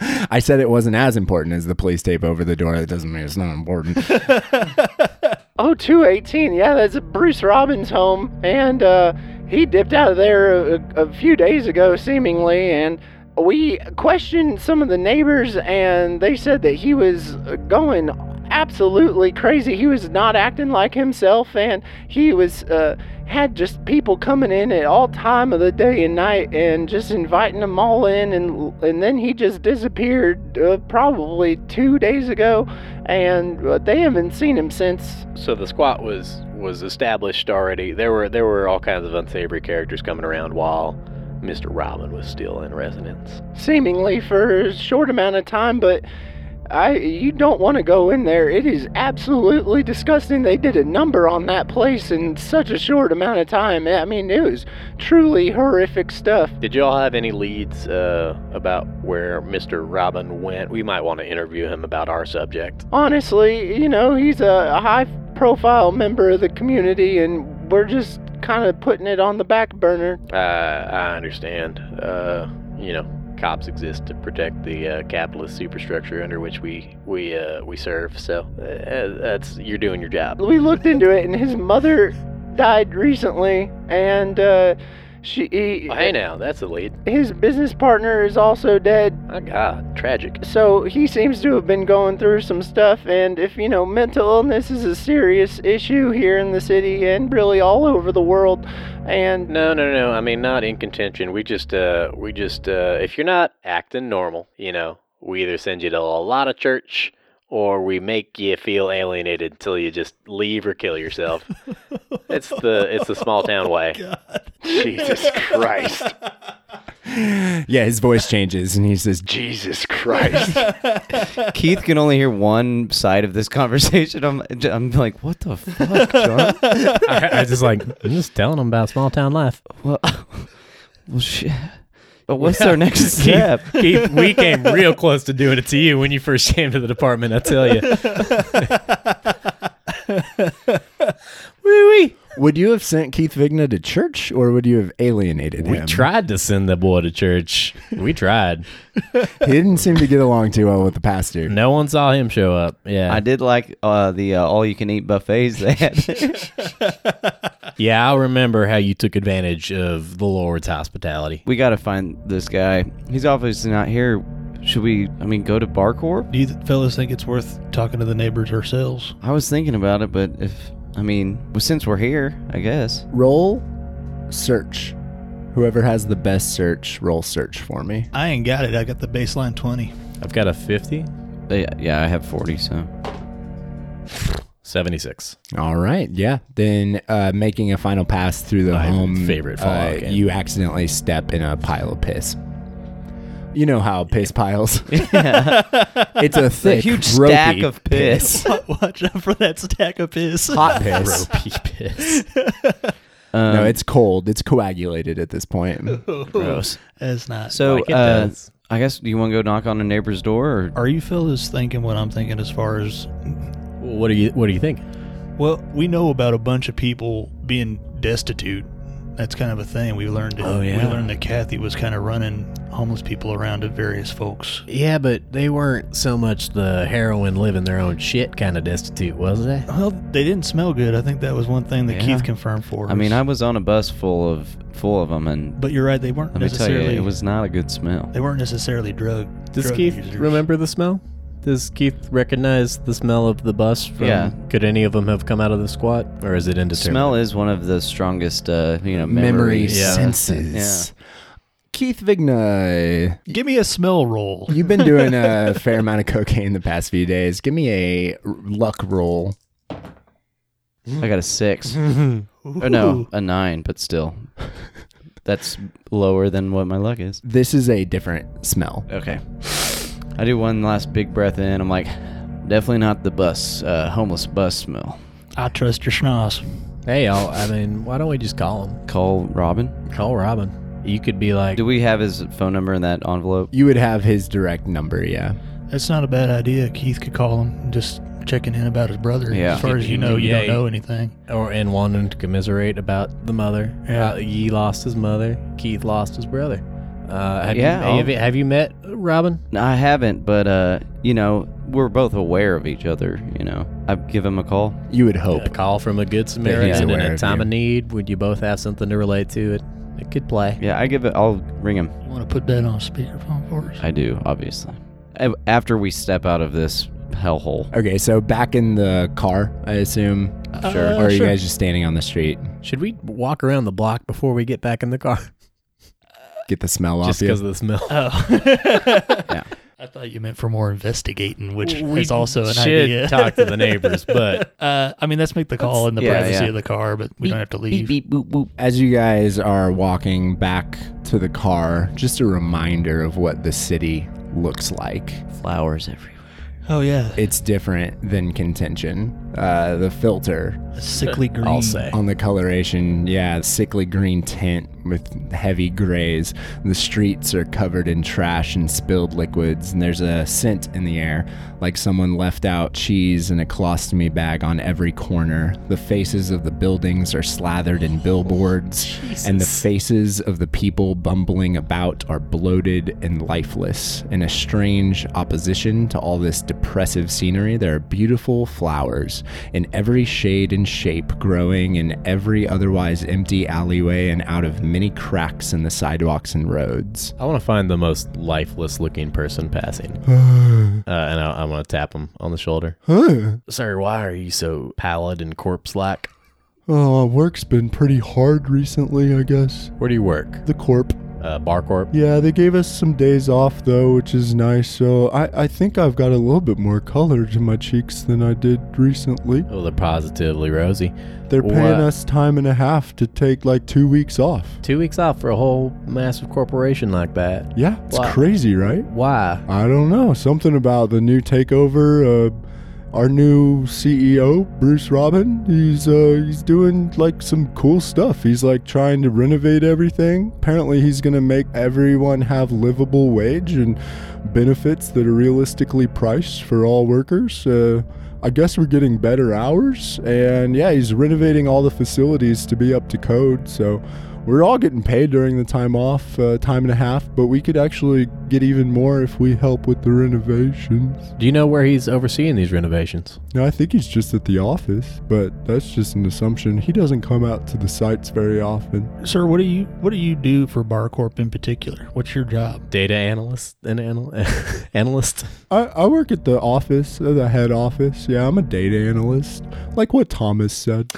S2: I said it wasn't as important as the police tape over the door. That doesn't mean it's not important.
S6: Oh, 218. Yeah, that's Bruce Robbins' home. And uh, he dipped out of there a, a few days ago, seemingly. And we questioned some of the neighbors, and they said that he was uh, going absolutely crazy. He was not acting like himself, and he was uh, had just people coming in at all time of the day and night, and just inviting them all in, and and then he just disappeared uh, probably two days ago, and uh, they haven't seen him since.
S7: So the squat was was established already. There were there were all kinds of unsavory characters coming around while Mr. Robin was still in residence.
S6: seemingly for a short amount of time, but I you don't want to go in there. It is absolutely disgusting. They did a number on that place in such a short amount of time. I mean, it was truly horrific stuff.
S7: Did you all have any leads uh, about where Mr. Robin went? We might want to interview him about our subject.
S6: Honestly, you know, he's a high profile member of the community and we're just kind of putting it on the back burner.
S7: Uh, I understand. Uh, you know, cops exist to protect the uh, capitalist superstructure under which we we uh, we serve. So uh, that's you're doing your job.
S6: we looked into it and his mother died recently and uh she he,
S7: Hey now, that's a lead.
S6: his business partner is also dead
S7: My God, tragic.
S6: so he seems to have been going through some stuff and if you know mental illness is a serious issue here in the city and really all over the world and
S7: No, no, no. I mean, not in contention. We just, uh, we just, uh, if you're not acting normal, you know, we either send you to a lot of church or we make you feel alienated until you just leave or kill yourself. it's the, it's the small town way. Jesus Christ.
S2: Yeah, his voice changes and he says,
S7: Jesus Christ.
S5: Keith can only hear one side of this conversation. I'm, I'm like, what the fuck, John?
S3: I, I just like I'm just telling them about small town life.
S5: well, well, shit. But what's our next step?
S3: Keith, we came real close to doing it to you when you first came to the department. I tell you.
S2: Would you have sent Keith Vigna to church or would you have alienated
S3: We
S2: him?
S3: tried to send the boy to church. We tried.
S2: he didn't seem to get along too well with the pastor.
S3: No one saw him show up. Yeah.
S5: I did like uh, the uh, all-you-can-eat buffets they had.
S3: Yeah, I remember how you took advantage of the Lord's hospitality.
S5: we got to find this guy. He's obviously not here. Should we? I mean, go to Barcorp.
S4: Do you th- fellas think it's worth talking to the neighbors ourselves?
S5: I was thinking about it, but if I mean, well, since we're here, I guess.
S2: Roll search. Whoever has the best search, roll search for me.
S4: I ain't got it. I got the baseline 20.
S3: I've got a 50,
S5: Yeah, yeah, I have forty, so
S3: 76.
S2: All right, yeah. Then uh, making a final pass through the
S3: My
S2: home.
S3: favorite
S2: uh,
S3: Fallout game.
S2: You accidentally step in a pile of piss. You know how piss piles. it's a thick,
S5: huge
S2: ropey
S5: stack of piss.
S4: Watch out for that stack of piss.
S2: Hot piss.
S3: Ropey piss. Um,
S2: no, it's cold. It's coagulated at this point.
S5: gross.
S4: It's not.
S5: So,
S3: Like it
S5: uh,
S3: does.
S5: I guess do you want to go knock on a neighbor's door? Or,
S4: Are you fellas thinking what I'm thinking as far as
S3: What do you What do you think?
S4: well, we know about a bunch of people being destitute. That's kind of a thing we learned.
S3: Oh, yeah.
S4: We learned that Kathy was kind of running homeless people around to various folks.
S3: Yeah, but they weren't so much the heroin living their own shit kind of destitute, was they?
S4: Well, they didn't smell good. I think that was one thing that
S5: Yeah.
S4: Keith confirmed for us.
S5: I mean, I was on a bus full of full of them, and
S4: But you're right. They weren't
S5: let me tell you,
S4: necessarily.
S5: it was not a good smell.
S4: They weren't necessarily drug.
S3: Does
S4: drug
S3: Keith
S4: users.
S3: remember the smell? Does Keith recognize the smell of the bus? From,
S5: Yeah.
S3: Could any of them have come out of the squat, or is it indeterminate?
S5: Smell is one of the strongest, uh, you know,
S2: Memory
S5: memories.
S3: Yeah.
S2: senses. Keith Vigna,
S4: Give me a smell roll.
S2: you've been doing a fair amount of cocaine the past few days. Give me a r- luck roll.
S5: I got a six. or no, a nine, but still, that's lower than what my luck is.
S2: This is a different smell.
S5: Okay. I do one last big breath in. I'm like, definitely not the bus, uh, homeless bus smell.
S4: I trust your schnoz.
S3: Hey, y'all. I mean, why don't we just call him?
S5: Call Robin.
S3: Call Robin. You could be like,
S5: Do we have his phone number in that envelope?
S2: You would have his direct number, yeah.
S4: That's not a bad idea. Keith could call him, and just checking in about his brother.
S5: Yeah.
S4: As far as you know, you
S3: Yeah.
S4: don't know anything.
S3: or and wanting to commiserate about the mother.
S4: Yeah.
S3: Uh, he lost his mother. Keith lost his brother. Uh, have,
S5: Yeah,
S3: you, have
S5: I'll-
S3: you have you met Robin?
S5: No, I haven't, but uh, you know, we're both aware of each other. You know, I give him a call.
S2: You would hope.
S3: A call from a good Samaritan in
S2: aware
S3: a
S2: of
S3: time
S2: you.
S3: of need. Would you both have something to relate to? It it could play.
S5: Yeah, I give it. I'll ring him.
S4: You want to put that on speakerphone for us?
S5: I do, obviously. A- After we step out of this hellhole.
S2: Okay, so back in the car, I assume.
S5: Sure.
S2: or are you
S3: Uh, sure.
S2: guys just standing on the street?
S3: Should we walk around the block before we get back in the car?
S2: Get the smell off
S3: Just
S2: you.
S3: because of the smell.
S4: Oh.
S5: Yeah.
S4: I thought you meant for more investigating, which
S3: We
S4: is also an
S3: should
S4: idea.
S3: talk to the neighbors, but-
S4: uh, I mean, let's make the call in the
S5: yeah,
S4: privacy
S5: yeah.
S4: of the car, but we don't have to leave.
S2: As you guys are walking back to the car, just a reminder of what the city looks like.
S5: Flowers everywhere.
S4: Oh yeah,
S2: It's different than contention. Uh, the filter
S4: A sickly green.
S3: I'll say.
S2: on the coloration, yeah, sickly green tint with heavy grays. The streets are covered in trash and spilled liquids, and there's a scent in the air, like someone left out cheese in a colostomy bag on every corner. The faces of the buildings are slathered in billboards, and the faces of the people bumbling about are bloated and lifeless. In a strange opposition to all this depressive scenery, there are beautiful flowers in every shade and shape growing in every otherwise empty alleyway and out of many cracks in the sidewalks and roads.
S3: I want to find the most lifeless looking person passing. uh, and I, I want to tap him on the shoulder. Sir, why are you so pallid and corpse like?
S8: Uh, work's been pretty hard recently, I guess.
S3: Where do you work?
S8: The corp.
S3: Uh, bar corp?
S8: Yeah, they gave us some days off though, which is nice. So I, I think I've got a little bit more color to my cheeks than I did recently.
S3: Oh, they're positively rosy.
S8: They're paying
S3: What?
S8: us time and a half to take like two weeks off.
S3: Two weeks off for a whole massive corporation like that.
S8: Yeah, it's
S3: Wow.
S8: crazy, right?
S3: Why?
S8: I don't know. Something about the new takeover. Uh, our new CEO, Bruce Robin, he's uh, he's doing like some cool stuff. He's like trying to renovate everything. Apparently, he's gonna make everyone have livable wage and benefits that are realistically priced for all workers. Uh, I guess we're getting better hours, and yeah, he's renovating all the facilities to be up to code. So we're all getting paid during the time off, uh, time and a half, but we could actually get even more if we help with the renovations.
S3: Do you know where he's overseeing these renovations?
S8: Now, I think he's just at the office, but that's just an assumption. He doesn't come out to the sites very often.
S4: Sir, what do you what do you do for BarCorp in particular? What's your job?
S3: Data analyst and anal- analyst.
S8: I, I work at the office, uh, the head office. Yeah, I'm a data analyst, like what Thomas said.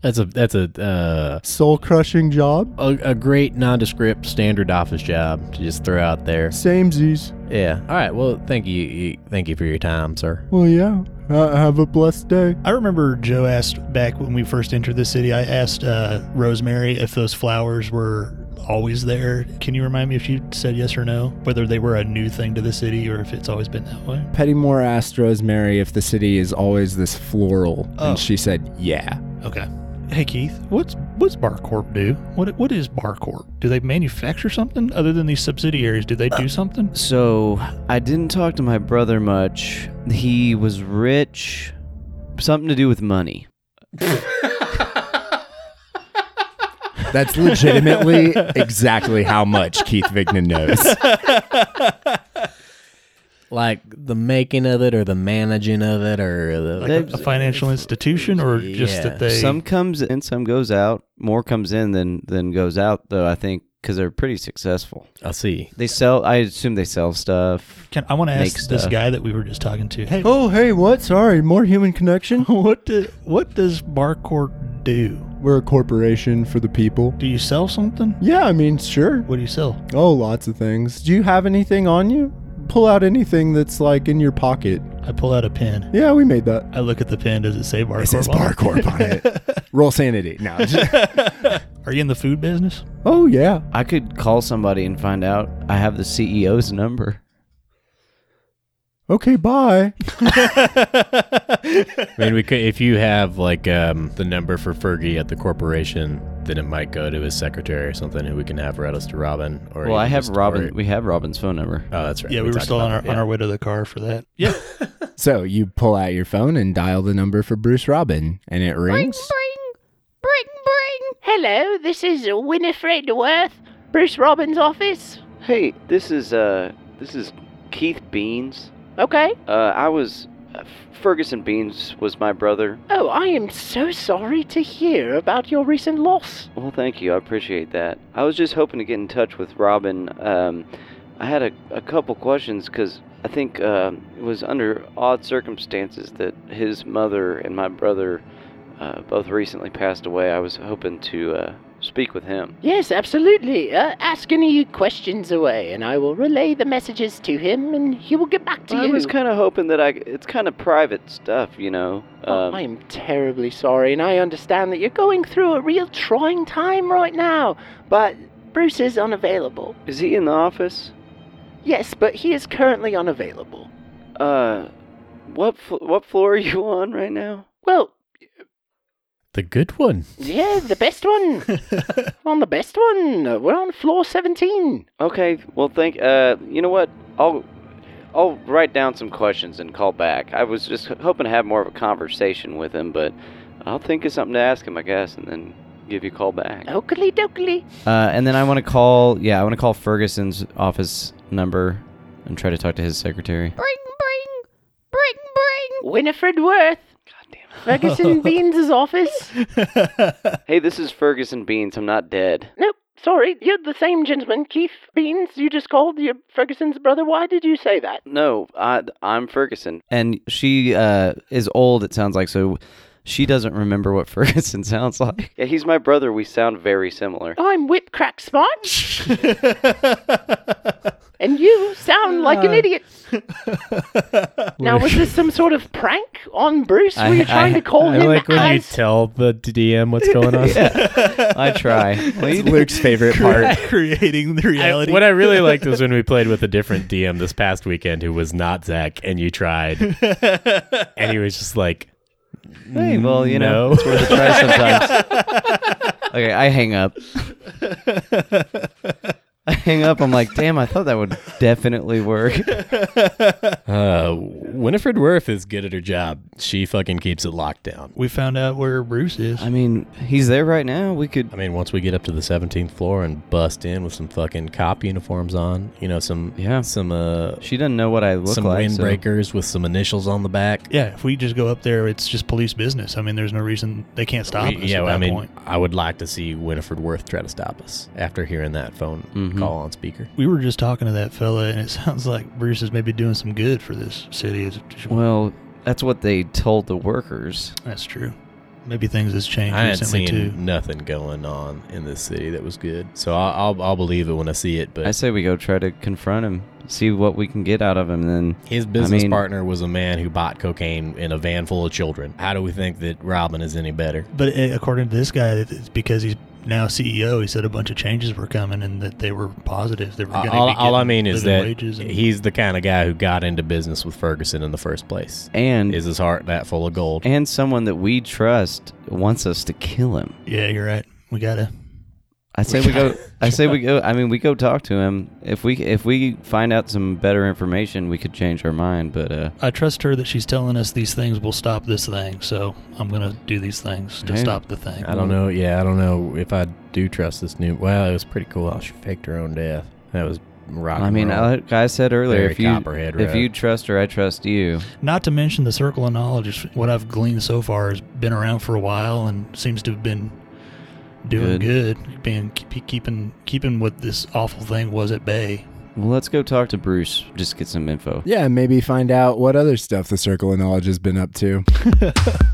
S3: That's a that's a uh,
S8: Soul crushing job.
S3: a, a great nondescript standard office job to just throw out there.
S8: Samesies.
S3: Yeah. All right. Well, thank you- you. Thank you for your time, sir.
S8: Well, yeah. Uh, have a blessed day.
S4: I remember Joe asked back when we first entered the city. I asked uh, Rosemary if those flowers were always there. Can you remind me if you said yes or no, whether they were a new thing to the city or if it's always been that way?
S2: Pettymore asked Rosemary if the city is always this floral,
S4: Oh.
S2: and she said, yeah.
S4: Okay. Hey Keith, what's what's BarCorp do? What what is BarCorp? Do they manufacture something other than these subsidiaries? Do they do something?
S5: So I didn't talk to my brother much. He was rich. Something to do with money.
S2: That's legitimately exactly how much Keith Vignan knows.
S3: Like the making of it, or the managing of it, or the
S4: Like a, a financial institution, or just
S3: Yeah.
S4: that they
S5: Some comes in, some goes out. More comes in than than goes out, though. I think because they're pretty successful.
S3: I see.
S5: They sell. I assume they sell stuff.
S4: Can, I want to
S5: make
S4: ask this
S5: stuff.
S4: guy that we were just talking to. Hey,
S8: Oh, hey, what? Sorry, more human connection.
S4: what do, what does BarCorp do?
S8: We're a corporation for the people.
S4: Do you sell something?
S8: Yeah, I mean, sure.
S4: What do you sell?
S8: Oh, lots of things. Do you have anything on you? Pull out anything that's like in your pocket.
S4: I pull out a pen.
S8: Yeah, we made that.
S4: I look at the pen. Does it say BarCorp?
S2: It says
S4: on it?
S2: Barcorp on it. Roll sanity. No.
S4: Are you in the food business?
S8: Oh, yeah.
S5: I could call somebody and find out. I have the CEO's number.
S8: Okay, bye.
S3: I mean, we could if you have like um, the number for Fergie at the corporation, then it might go to his secretary or something, who we can have route us to Robin. Or
S5: well, I
S3: even
S5: have
S3: just-
S5: Robin.
S3: or-
S5: We have Robin's phone number.
S3: oh, that's right.
S4: yeah, we, were
S3: talked
S4: still on our
S3: about
S4: on
S3: that,
S4: our way to the car for that. Yeah.
S2: so you pull out your phone and dial the number for Bruce Robin, and it rings.
S6: Bring, bring. Hello, this is Winifred Worth, Bruce Robbins' office.
S5: Hey, this is uh, this is Keith Beans.
S6: Okay.
S5: Uh, I was uh, Ferguson Beans was my brother.
S6: Oh, I am so sorry to hear about your recent loss.
S5: Well, thank you. I appreciate that. I was just hoping to get in touch with Robin. Um, I had a, a couple questions because I think um it was under odd circumstances that his mother and my brother uh, both recently passed away. I was hoping to uh, speak with him.
S6: Yes, absolutely. Uh, ask any questions away, and I will relay the messages to him, and he will get back to
S5: I
S6: you.
S5: was kind of hoping that I. It's kind of private stuff, you know.
S6: Oh,
S5: Um,
S6: I am terribly sorry, and I understand that you're going through a real trying time right now, but Bruce is unavailable.
S5: is he in the office?
S6: Yes, but he is currently unavailable.
S5: Uh, what fl- what floor are you on right now?
S6: Well,
S3: The good one.
S6: yeah, the best one. on the best one. Uh, We're on floor 17.
S5: Okay. Well, thank. Uh, you know what? I'll I'll write down some questions and call back. I was just h- hoping to have more of a conversation with him, but I'll think of something to ask him, I guess, and then give you a call back.
S6: Oakley dokley.
S5: Uh, and then I want to call. Yeah, I want to call Ferguson's office number and try to talk to his secretary.
S6: Winifred Worth. Ferguson Beans' office.
S5: Hey, this is Ferguson Beans. I'm not dead.
S6: Nope, sorry, you're the same gentleman, Keith Beans. You just called your Ferguson's brother. Why did you say that?
S5: No, I, I'm Ferguson. And she uh, is old, it sounds like, so she doesn't remember what Ferguson sounds like. Yeah, he's my brother. We sound very similar.
S6: I'm whip crack smart. and you sound like an idiot. now, was this some sort of prank on Bruce? Were
S5: I-
S6: you trying
S5: I-
S6: to call
S5: I
S3: I
S6: him
S3: like when you
S6: as
S3: tell the DM what's going on.
S5: I try.
S2: Luke's favorite part.
S4: creating the reality.
S3: what I really liked was when we played with a different DM this past weekend who was not Zach, and you tried, and he was just like,
S5: Hey, well, you know,
S3: No.
S5: it's worth a try sometimes. okay, I hang up. I hang up. I'm like, damn, I thought that would definitely work.
S3: uh, "Winifred Worth is good at her job. She fucking keeps it locked down."
S4: we found out where Bruce is.
S5: I mean, he's there right now. We could.
S3: I mean, once we get up to the 17th floor and bust in with some fucking cop uniforms on, you know, some
S5: Yeah.
S3: some uh,
S5: She doesn't know what I look
S3: some
S5: like. so-
S3: windbreakers with some initials on the back.
S4: yeah, if we just go up there, it's just police business. I mean, there's no reason they can't stop
S3: We-
S4: us
S3: yeah,
S4: at that
S3: I mean,
S4: point.
S3: I would like to see Winifred Worth try to stop us after hearing that phone
S5: Mhm.
S3: call on speaker.
S4: We were just talking to that fella, and it sounds like Bruce is maybe doing some good for this city. It's just-
S5: Well, that's what they told the workers.
S4: That's true. Maybe things has changed
S3: I ain't
S4: recently
S3: seen
S4: too.
S3: nothing going on in this city that was good, so I'll, I'll, I'll believe it when I see it. But
S5: I say we go try to confront him, see what we can get out of him, and then
S3: his business
S5: mean-
S3: partner was a man who bought cocaine in a van full of children. How do we think that Robin is any better?
S4: But uh, according to this guy, it's because he's now CEO. He said a bunch of changes were coming and that they were positive. They were going to
S3: all,
S4: be
S3: all I
S4: getting
S3: mean is
S4: living
S3: that
S4: wages and-
S3: he's the kind of guy who got into business with Ferguson in the first place.
S5: and
S3: Is his heart that full of gold?
S5: and someone that we trust wants us to kill him.
S4: yeah, you're right. We gotta.
S5: I say we go. I say we go. I mean, we go talk to him. If we if we find out some better information, we could change our mind. But uh,
S4: I trust her that she's telling us these things will stop this thing. So I'm gonna do these things to
S5: Hey.
S4: stop the thing.
S3: I don't know. Yeah, I don't know if I do trust this new. Well, it was pretty cool. how She faked her own death. That was rock.
S5: I
S3: and
S5: mean, uh,
S3: roll.
S5: like I said earlier,
S3: Very
S5: if you
S3: Copperhead
S5: if
S3: Road.
S5: you trust her, I trust you.
S4: Not to mention the circle of knowledge. is What I've gleaned so far has been around for a while and seems to have been doing good, being keep, keeping keeping what this awful thing was at bay.
S5: Well, let's go talk to Bruce. Just get some info.
S2: Yeah, maybe find out what other stuff the Circle of Knowledge has been up to.